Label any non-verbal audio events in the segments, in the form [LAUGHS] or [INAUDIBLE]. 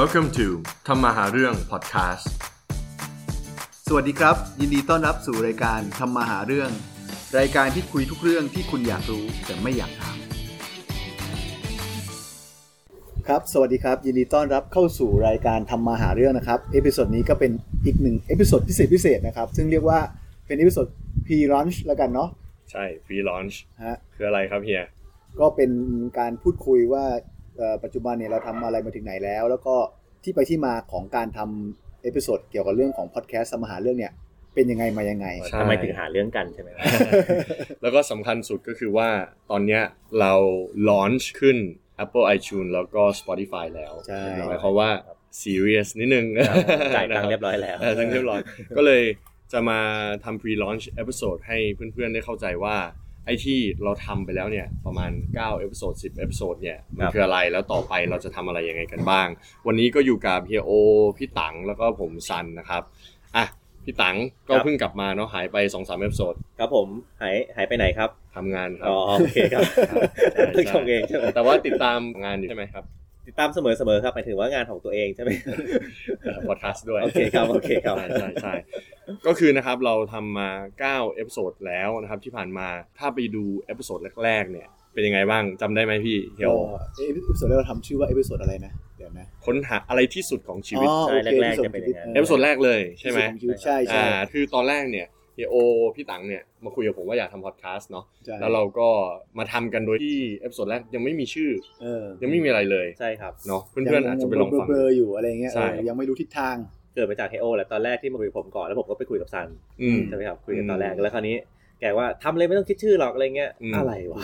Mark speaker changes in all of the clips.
Speaker 1: Welcome to ทำมาหาเรื่อง podcast
Speaker 2: สวัสดีครับ ยินดีต้อนรับสู่รายการทำมาหาเรื่อง รายการที่คุยทุกเรื่องที่คุณอยากรู้แต่ไม่อยากถามครับ สวัสดีครับ ยินดีต้อนรับเข้าสู่รายการทำมาหาเรื่องนะครับเอพิโซดนี้ก็เป็นอีกหนึ่งเอพิโซดพิเศษพิเศษนะครับ ซึ่งเรียกว่าเป็นเอพิโซด p r u n c h แล้วกันเนาะ
Speaker 3: ใช่ ฟรีลอนช์
Speaker 2: ฮะ
Speaker 3: คืออะไรครับเฮีย
Speaker 2: ก็เป็นการพูดคุยว่าเอ่อปัจจุบันเนี่ยเราทำอะไรมาถึงไหนแล้ว แล้วก็ที่ไปที่มาของการทำเอพิโซดเกี่ยวกับเรื่องของพอดแคสต์ทำมาหาเรื่องเนี่ยเป็นยังไงมายังไง
Speaker 3: ใช่
Speaker 4: ทำไมถึงหาเรื่องกัน
Speaker 3: [LAUGHS]
Speaker 4: ใช่ไหมครับ
Speaker 3: แล้วก็สำคัญสุดก็คือว่าตอนเนี้ยเราลอนช์ขึ้น Apple iTunes แล้วก็ Spotify แล้ว
Speaker 2: ใช่
Speaker 3: หมายความว่าซีเรียสนิดนึง
Speaker 4: จ่ายตังค์เรียบร้อยแล้ว
Speaker 3: จ่ายตังค์เรี
Speaker 4: [LAUGHS]
Speaker 3: ยบร้อย ก็เลยจะมาทำ pre-launch episode ให้เพื่อนๆ ได้เข้าใจว่า ไอ้ที่เราทำไปแล้วเนี่ย ประมาณ9 episode 10 episode เนี่ย มัน
Speaker 4: ครับ
Speaker 3: คืออะไรแล้วต่อไปเราจะทำอะไรยังไงกันบ้าง วันนี้ก็อยู่กับเฮียโอ พี่ตังแล้วก็ผมซันนะครับ อ่ะ พี่ตังก็เพิ่งกลับมาเนาะหายไป 2-3 episode
Speaker 4: ครับผมหายหายไปไหนครับ
Speaker 3: ทำงานครั
Speaker 4: อ๋
Speaker 3: บ
Speaker 4: อ [LAUGHS] โอเคครับ
Speaker 3: ใช่
Speaker 4: เพิ่งชงเองใช่ไหม
Speaker 3: แต่ว่าติดตามงานอยู่ใช่ไหมครับ
Speaker 4: ติดตามเสมอเสมอครับหมายถึงว่างานของตัวเอง
Speaker 3: [LAUGHS]
Speaker 4: ใช่ไหม
Speaker 3: พอดแคสต์ด้วย
Speaker 4: โอเคครับโอเคครับ
Speaker 3: ใช่ใช่ใช่ก็คือนะครับเราทำมา9เอพิโซดแล้วนะครับที่ผ่านมาถ้าไปดูเอพิโซดแรกๆเนี่ยเป็นยังไงบ้างจำได้ไหมพี่เฮียว
Speaker 2: ก็เอพิโซดแรกเราทำชื่อว่าเอพิโซดอะไรนะ เดี๋ยวนะ
Speaker 3: ค้นหาอะไรที่สุดของชีวิต
Speaker 2: อ๋อ
Speaker 4: ใช่
Speaker 2: โอเค
Speaker 4: แรกๆ
Speaker 2: ที่สุด
Speaker 4: จะเป็นอย่างนั้น
Speaker 2: ที่
Speaker 3: เอพิโซดแรกเลยใช่ไหม
Speaker 2: ที่สุดของชีวิตใช่ใช่
Speaker 3: อ่าคือตอนแรกเนี่ยเฮียโอพี่ตังเนี่ยมาคุยกับผมว่าอยากทำพอดแคสต์เนาะ
Speaker 2: ใช่
Speaker 3: แล้วเราก็มาทำกันโดยที่เอพิโซดแรกยังไม่มีชื่อ
Speaker 2: เออ
Speaker 3: ยังไม่มีอะไรเลย
Speaker 4: ใช่ครับ
Speaker 3: เนาะเพื่อนๆอาจจะไปลองฟัง
Speaker 2: เบลอๆอยู่อะไรเงี้ย
Speaker 3: ใช่
Speaker 2: เออยังไม่รู้ทิศทาง
Speaker 4: เกิดมาจากเฮโอแหละตอนแรกที่มาคุยกับผมก่อนแล้วผมก็ไปคุยกับซัน
Speaker 3: อืม
Speaker 4: ใช่ไหมครับคุยกันตอนแรก
Speaker 3: อืม
Speaker 4: แล้วคราวนี้แกว่าทำเลยไม่ต้องคิดชื่อหรอกอะไรเงี้ย
Speaker 3: อืม
Speaker 4: อะไรวะ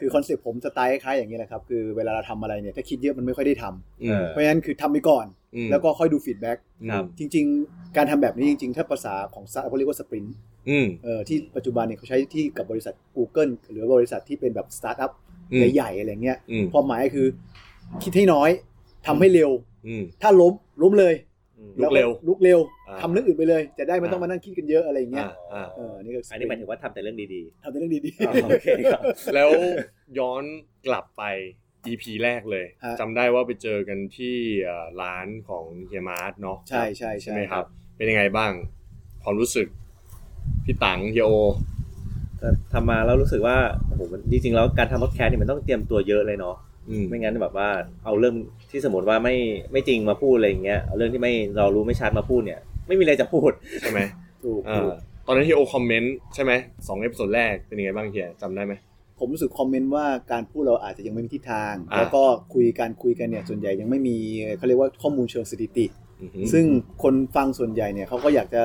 Speaker 2: คือคอนเซ็ปต์ผมสไตล์คล้ายอย่างนี้แหละครับ คือเวลาเราทำอะไรเนี่ย ถ้าคิดเยอะมันไม่ค่อยได้ทำ
Speaker 3: อืม
Speaker 2: เพราะฉะนั้นคือทำไปก่อน
Speaker 3: อืม
Speaker 2: แล้วก็ค่อยดูฟีดแบ็ก
Speaker 3: ครับ
Speaker 2: จริง ๆ การทำแบบนี้จริง ๆ ถ้าภาษาของซัเขาเรียกว่าสปรินต์
Speaker 3: อืม
Speaker 2: เออที่ปัจจุบันเนี่ยเขาใช้ที่กับบริษัท Google หรือบริษัทที่เป็นแบบสตาร์ทอัพ
Speaker 3: อืม
Speaker 2: ใหญ่ๆอะไรเงี้ย
Speaker 3: อืม
Speaker 2: ความหมายคือคิดให้น้อยทำให้เร็ว
Speaker 3: อืม
Speaker 2: ถ้าล้มล้มเลย
Speaker 3: ลุกเร็ว
Speaker 2: แลุกเร็ว
Speaker 3: อ่า
Speaker 2: ทำเรื่องอื่นไปเลย จะได้ไม่ต้อง
Speaker 3: อ่าม
Speaker 2: มานั่งคิดกันเยอะอะไรอย่างเงี้ย
Speaker 3: อ่าอ่า
Speaker 2: เออนี่ก็
Speaker 4: อันนี้หมายถึงว่าทำแต่เรื่องดี
Speaker 2: ทำแต่เรื่องดี
Speaker 4: ๆอ๋อโอเคครับ
Speaker 3: แล้วย้อนกลับไป EP แรกเลย
Speaker 2: ฮะ
Speaker 3: จำได้ว่าไปเจอกันที่เอ่อร้านของเฮียมาร์ทเนาะ
Speaker 2: ๆ ใช่ใช่
Speaker 3: ใช่ไหมครับ เป็นยังไงบ้าง ความรู้สึก พี่ตังเฮียโอ
Speaker 4: ก็ทำมาแล้วรู้สึกว่าโอ้โหมันจริงๆแล้วการทำพอดแคสต์เนี่ยมันต้องเตรียมตัวเยอะเลยเนาะ
Speaker 3: อืม
Speaker 4: ไม่งั้นแบบว่าเอาเรื่องที่สมมติว่าไม่ไม่จริงมาพูดอะไรอย่างเงี้ยเอาเรื่องที่ไม่เรารู้ไม่ชัดมาพูดเนี่ย ไม่มีอะไรจะพูด
Speaker 3: ใช่ไหม
Speaker 2: ถูก
Speaker 3: อ่า
Speaker 2: ถูก
Speaker 3: ตอนนั้นเฮียโอคอมเมนต์ใช่ไหมสองเอพิโซดแรกเป็นยังไงบ้างเฮียจำได้ไหม
Speaker 2: ผมรู้สึกคอมเมนต์ว่าการพูดเราอาจจะยังไม่มีทิศทาง
Speaker 3: อ่า
Speaker 2: แล้วก็คุยการคุยกันเนี่ยส่วนใหญ่ยังไม่มีเขาเรียกว่าข้อมูลเชิงสถิติ
Speaker 3: อือหือ
Speaker 2: ซึ่งคนฟังส่วนใหญ่เนี่ยเขาก็อยากจะ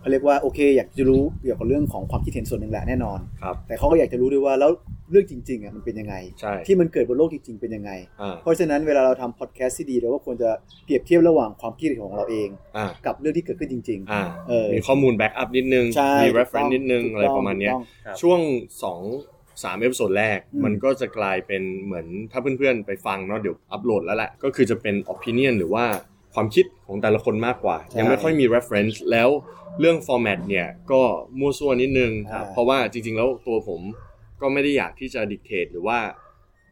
Speaker 2: เขาเรียกว่าโอเค อยากจะรู้เกี่ยวกับเรื่องของความคิดเห็นส่วนหนึ่งแหละแน่นอน
Speaker 3: ครับ
Speaker 2: แต่เขาก็อยากจะรู้ด้วยว่าแล้วเรื่องจริงๆอ่ะมันเป็นยังไง
Speaker 3: ใช่
Speaker 2: ที่มันเกิดบนโลกจริงๆเป็นยังไง
Speaker 3: อ่า
Speaker 2: เพราะฉะนั้นเวลาเราทำพอดแคสต์ที่ดีเราก็ควรจะเปรียบเทียบระหว่างความคิดเห็นของเราเอง
Speaker 3: อ่า
Speaker 2: กับเรื่องที่เกิดขึ้นจริง
Speaker 3: อ่า
Speaker 2: เออ
Speaker 3: มีข้อมูลแบ็กอัพนิดนึง
Speaker 2: ๆ ใช่
Speaker 3: มี
Speaker 2: ถูกต้อง
Speaker 3: reference นิดนึง อะไรประมาณเนี้ย
Speaker 2: ถูกต้อง
Speaker 4: ครับ
Speaker 3: ช่วงสองสามเอพิโซดแรก
Speaker 2: อืม
Speaker 3: มันก็จะกลายเป็นเหมือนถ้าเพื่อนๆ ไปฟังเนาะเดี๋ยวอัปโหลดแล้วแหละ ก็คือจะเป็น opinion หรือว่าความคิดของแต่ละคนมากกว่า ยังไม่ค่อยมี reference แล้วเรื่อง format เนี่ย ก็มั่วซั่วนิดนึง
Speaker 2: ครับ
Speaker 3: เพราะว่าจริงๆ แล้วตัวผมก็ไม่ได้อยากที่จะดิกเทตหรือว่า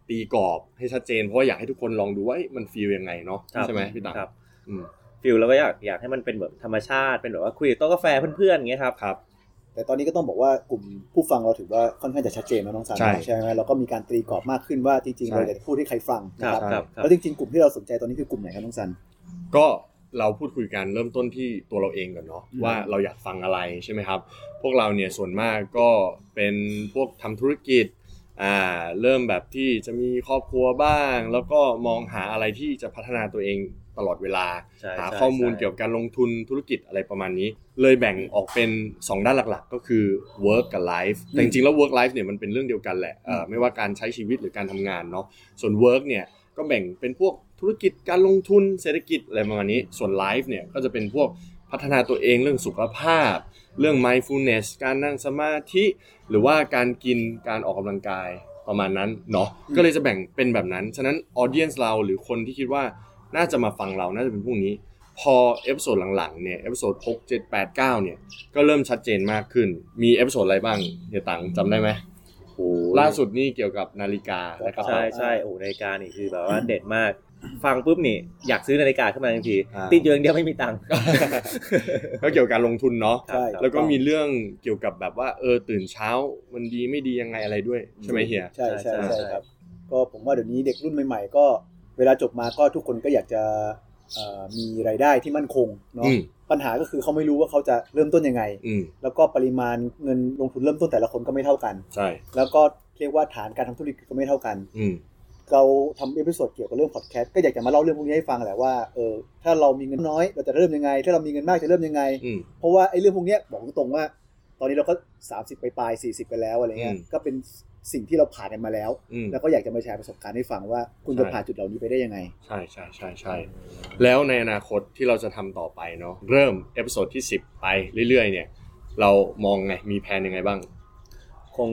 Speaker 3: ตีกรอบให้ชัดเจน เพราะว่าอยากให้ทุกคนลองดูว่าเอ๊ะมันฟีลยังไงเนาะ
Speaker 4: ครับ
Speaker 3: ใช่ไหมพี่ตัง
Speaker 4: ครับ
Speaker 3: อืม
Speaker 4: ฟิลแล้วก็อยากอยากให้มันเป็นแบบธรรมชาติเป็นแบบว่าคุยกับโต๊ะกาแฟเพื่อนๆอย่างเงี้ยครับ
Speaker 3: ครับ
Speaker 2: แต่ตอนนี้ก็ต้องบอกว่ากลุ่มผู้ฟังเราถือว่าค่อนข้างจะชัดเจนนะน้องสาร
Speaker 3: ใช่
Speaker 2: ใช่ไหมเราก็มีการตีกรอบมากขึ้นว่าจริงๆ
Speaker 3: ใช่
Speaker 2: เราอยากจะพูดให้ใครฟังนะค
Speaker 4: ครั
Speaker 2: รั
Speaker 4: บบ ครับครับ
Speaker 2: แล้วจริงๆกลุ่มที่เราสนใจตอนนี้คือกลุ่มไหนครับน้องสัน
Speaker 3: ก็เราพูดคุยกันเริ่มต้นที่ตัวเราเองก่อนเนาะ
Speaker 2: อืม
Speaker 3: ว่าเราอยากฟังอะไรใช่ไหมครับ พวกเราเนี่ยส่วนมากก็เป็นพวกทำธุรกิจอ่าเริ่มแบบที่จะมีครอบครัวบ้าง แล้วก็มองหาอะไรที่จะพัฒนาตัวเองตลอดเวลา
Speaker 4: ใช่
Speaker 3: หา
Speaker 4: ใช่
Speaker 3: ข้อมูล
Speaker 4: ใช่
Speaker 3: เกี่ยวกับการลงทุนธุรกิจอะไรประมาณนี้ เลยแบ่งออกเป็น 2 ด้านหลักๆ ก็คือ work กับ life แต่
Speaker 2: อื
Speaker 3: จ
Speaker 2: ม
Speaker 3: ริงๆแล้ว work life เนี่ยมันเป็นเรื่องเดียวกันแหละเอ่อ
Speaker 2: อืม
Speaker 3: ไม่ว่าการใช้ชีวิตหรือการทำงานเนาะส่วน work เนี่ยก็แบ่งเป็นพวกธุรกิจการลงทุนเศรษฐกิจอะไรประมาณนี้ ส่วน life เนี่ยก็จะเป็นพวกพัฒนาตัวเองเรื่องสุขภาพ เรื่อง mindfulness การนั่งสมาธิ หรือว่าการกินการออกกำลังกายประมาณนั้นเนาะ
Speaker 2: อืม
Speaker 3: ก็เลยจะแบ่งเป็นแบบนั้น ฉะนั้นออเดียนเราหรือคนที่คิดว่าน่าจะมาฟังเราน่าจะเป็นพวกนี้ พอเอพิโซดหลังๆเนี่ยเอพิโซด6 7 8 9เนี่ยก็เริ่มชัดเจนมากขึ้นมีเอพิโซดอะไรบ้างเดี๋ยวตังจำได้ไหม
Speaker 4: โอ้ย
Speaker 3: ล่าสุดนี่เกี่ยวกับนาฬิกานะครับ
Speaker 4: ใช่ใช่โอ้โหนาฬิกานี่คือแบบว่าเด็ดมาก ฟังปุ๊บนี่อยากซื้อนาฬิกาขึ้นมาทันที
Speaker 3: อ่า
Speaker 4: ติดอยู่อย่างเดียวไม่มีตังค์
Speaker 3: ก็เกี่ยวกับการลงทุนเนาะ
Speaker 2: ใช่
Speaker 4: ครับ
Speaker 3: แล้วก็มีเรื่องเกี่ยวกับแบบว่าเออตื่นเช้ามันดีไม่ดียังไงอะไรด้วย ใช่ไหมเฮีย
Speaker 2: ใช่ใช่
Speaker 4: ใช่ใช่
Speaker 2: ใช่ครับ ก็ผมว่าเดี๋ยวนี้เด็กรุ่นใหม่ ๆ ก็เวลาจบมาก็ทุกคนก็อยากจะเอ่อมีรายได้ที่มั่นคงเนาะ
Speaker 3: อืม
Speaker 2: ปัญหาก็คือเขาไม่รู้ว่าเขาจะเริ่มต้นยังไง
Speaker 3: อืม
Speaker 2: แล้วก็ปริมาณเงินลงทุนเริ่มต้นแต่ละคนก็ไม่เท่ากัน
Speaker 3: ใช่
Speaker 2: แล้วก็เรียกว่าฐานการทำธุรกิจก็ไม่เท่ากัน
Speaker 3: อืม
Speaker 2: เราทำเอพิโซดเกี่ยวกับเรื่องพอดแคสต์ก็อยากจะมาเล่าเรื่องพวกนี้ให้ฟังแหละว่าเออถ้าเรามีเงินน้อยเราจะเริ่มยังไง ถ้าเรามีเงินมากจะเริ่มยังไง
Speaker 3: อืม
Speaker 2: เพราะว่าไอ้เรื่องพวกเนี้ยบอกตรงๆว่า ตอนนี้เราก็ 30 ไปปลาย40 ไปแล้วอะไรเงี้ย
Speaker 3: อืม
Speaker 2: ก็เป็นสิ่งที่เราผ่านกันมาแล้ว
Speaker 3: อืม
Speaker 2: แล้วก็อยากจะมาแชร์ประสบการณ์ให้ฟังว่าคุณจะ
Speaker 3: ใช่
Speaker 2: ผ่านจุดเหล่านี้ไปได้ยังไง
Speaker 3: ใช่ใช่ใช่ใช่ แล้วในอนาคตที่เราจะทำต่อไปเนาะเริ่มเอพิโซดที่ 10 ไปเรื่อยๆ เนี่ย เรามองไงมีแผนยังไงบ้าง
Speaker 4: คง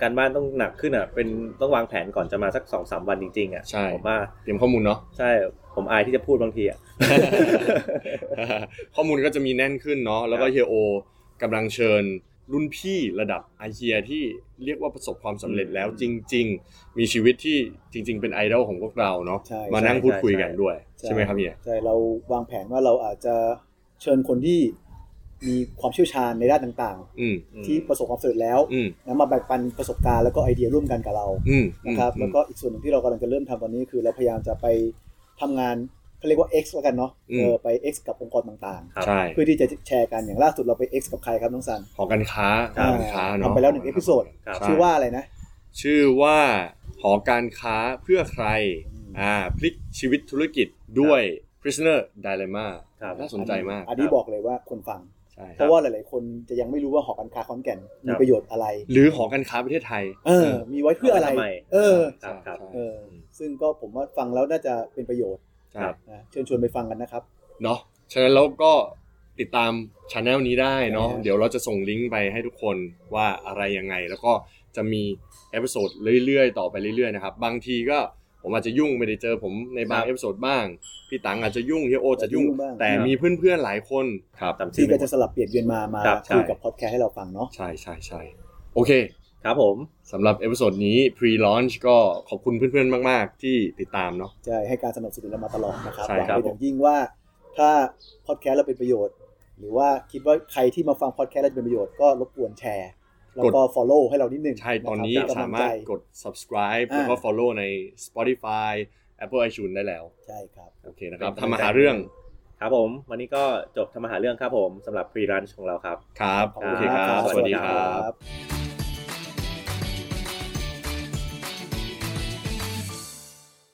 Speaker 4: การบ้านต้องหนักขึ้นอ่ะ เป็นต้องวางแผนก่อนจะมาสักสองสามวันจริงๆอ่ะ
Speaker 3: ใช่
Speaker 4: ผมว่า
Speaker 3: เตรียมข้อมูลเนาะ [LAUGHS]
Speaker 4: ใช่ผมอายที่จะพูดบางทีอ่ะ
Speaker 3: ข้อมูลก็จะมีแน่นขึ้นเนาะแล้วก็เฮียโอกำลังเชิญรุ่นพี่ระดับอาเฮียที่เรียกว่าประสบความสำเร็จแล้วจริง ๆ มีชีวิตที่จริง ๆ เป็นไอดอลของพวกเราเนาะ
Speaker 2: ใช่
Speaker 3: มานั่งพูด
Speaker 4: ใช่
Speaker 3: คุย
Speaker 4: ใช่
Speaker 3: กันด้วย ใช่ไหมครับเฮีย
Speaker 2: ใช่เราวางแผนว่าเราอาจจะเชิญคนที่มีความเชี่ยวชาญในด้านต่าง
Speaker 3: อืม
Speaker 4: อืม
Speaker 2: ๆ ที่ประสบความสำเร็จแล้ว
Speaker 3: อืม
Speaker 2: นะมาแบ่งปันประสบการณ์แล้วก็ไอเดียร่วมกันกับเรา
Speaker 3: อืม
Speaker 2: นะครับ
Speaker 3: อืม
Speaker 2: แล้วก็อีกส่วนหนึ่งที่เรากำลังจะเริ่มทำตอนนี้คือเราพยายามจะไปทำงานเขาเรียกว่า X แล้วกันเนาะเออไป X กับองค์กรต่าง
Speaker 4: ครับ
Speaker 3: ใช่
Speaker 2: ๆ เพื่อที่จะแชร์กันอย่างล่าสุดเราไป X กับใครครับน้องซัน
Speaker 3: หอการค้าห
Speaker 2: อ่า
Speaker 3: อการค้าเนาะ
Speaker 2: ทำไปแล้วหนึ่ง episode
Speaker 4: ครับ
Speaker 3: ใ
Speaker 2: ชื่อว่าอะไรนะ
Speaker 3: ชื่อว่าหอการค้าเพื่อใคร อ่าพลิกชีวิตธุรกิจด้วย prisoner dilemma
Speaker 4: ครับ
Speaker 3: น่าสนใจมาก
Speaker 2: อันนี้บอกเลยว่าคนฟัง
Speaker 3: ใช่
Speaker 2: เพ
Speaker 3: ครับ
Speaker 2: ราะว่าหลายๆ คนจะยังไม่รู้ว่าหอการค้าขอนแก่นมีประโยชน์อะไร
Speaker 3: หรือหอการค้าประเทศไทย
Speaker 2: เออ มีไว้เพื่ออะไร
Speaker 4: เอาไว้ทำไม
Speaker 2: เออ
Speaker 4: ครับครับ
Speaker 2: เออซึ่งก็ผมว่าฟังแล้วน่าจะเป็นประโยชน์
Speaker 3: ใช่
Speaker 4: ครับ
Speaker 2: นะเชิญชวนไปฟังกันนะครับ
Speaker 3: เนาะฉะนั้นเราก็ติดตามช anel นี้ได้เนาะ
Speaker 2: ใช่ครับ
Speaker 3: เดี๋ยวเราจะส่งลิงก์ไปให้ทุกคนว่าอะไรยังไง แล้วก็จะมีเอพิโซดเรื่อยๆ ต่อไปเรื่อยๆนะครับ บางทีก็ผมอาจจะยุ่งไม่ได้เจอผมในบาง
Speaker 4: ครับ
Speaker 3: เอพิโซดบ้าง พี่ตังอาจจะยุ่งเฮียโอจะยุ่ง
Speaker 2: บ้าง
Speaker 3: แต่มีเพื่อนๆหลายคนครับ
Speaker 4: จำชื่อ
Speaker 2: ที่
Speaker 4: ไม่
Speaker 2: ก็
Speaker 4: ได้
Speaker 2: จะสลับเปลี่ยนเวียนมามา
Speaker 4: ครับใช่
Speaker 2: คุยกับพอดแคสต์ให้เราฟังเนาะ
Speaker 3: ใช่ใช่ใช่โอเค
Speaker 4: ครับผม
Speaker 3: สำหรับเอพิโซดนี้ pre-launch ก็ขอบคุณเพื่อนๆ มาก ๆ ที่ติดตามเนาะ
Speaker 2: ใช่ให้การสนับสนุนเรามาตลอดนะครับ
Speaker 3: ใช่
Speaker 2: หวัง
Speaker 3: ครับ
Speaker 2: เป็นอย่างยิ่งว่าถ้าพอดแคสต์เราเป็นประโยชน์ หรือว่าคิดว่าใครที่มาฟังพอดแคสต์เราจะเป็นประโยชน์ก็รบกวนแชร์ แล้วก็ follow ให้เรานิดนึง
Speaker 3: ใช่ตอนนี้
Speaker 2: ะคบ
Speaker 3: สามารถก
Speaker 2: เป็นกำลังใจ
Speaker 3: ด subscribe
Speaker 2: อ่า
Speaker 3: แล้วก็ follow ใน Spotify Apple iTunes ได้แล้ว
Speaker 2: ใช่ครับ
Speaker 3: โอเคนะครับ
Speaker 4: เป็นกำลัง
Speaker 3: ทำมา
Speaker 4: ใจ
Speaker 3: หาเรื่อง
Speaker 4: ครับผม วันนี้ก็จบทำมาหาเรื่องครับผมสำหรับฟรีรันช์ของเราครับ
Speaker 3: ครับ
Speaker 2: ขอบ
Speaker 3: โอ
Speaker 2: คุณ
Speaker 3: เค
Speaker 2: มาก
Speaker 3: ค
Speaker 2: ค
Speaker 3: รั
Speaker 2: รับ บ
Speaker 3: สวัสดีครับ
Speaker 2: บ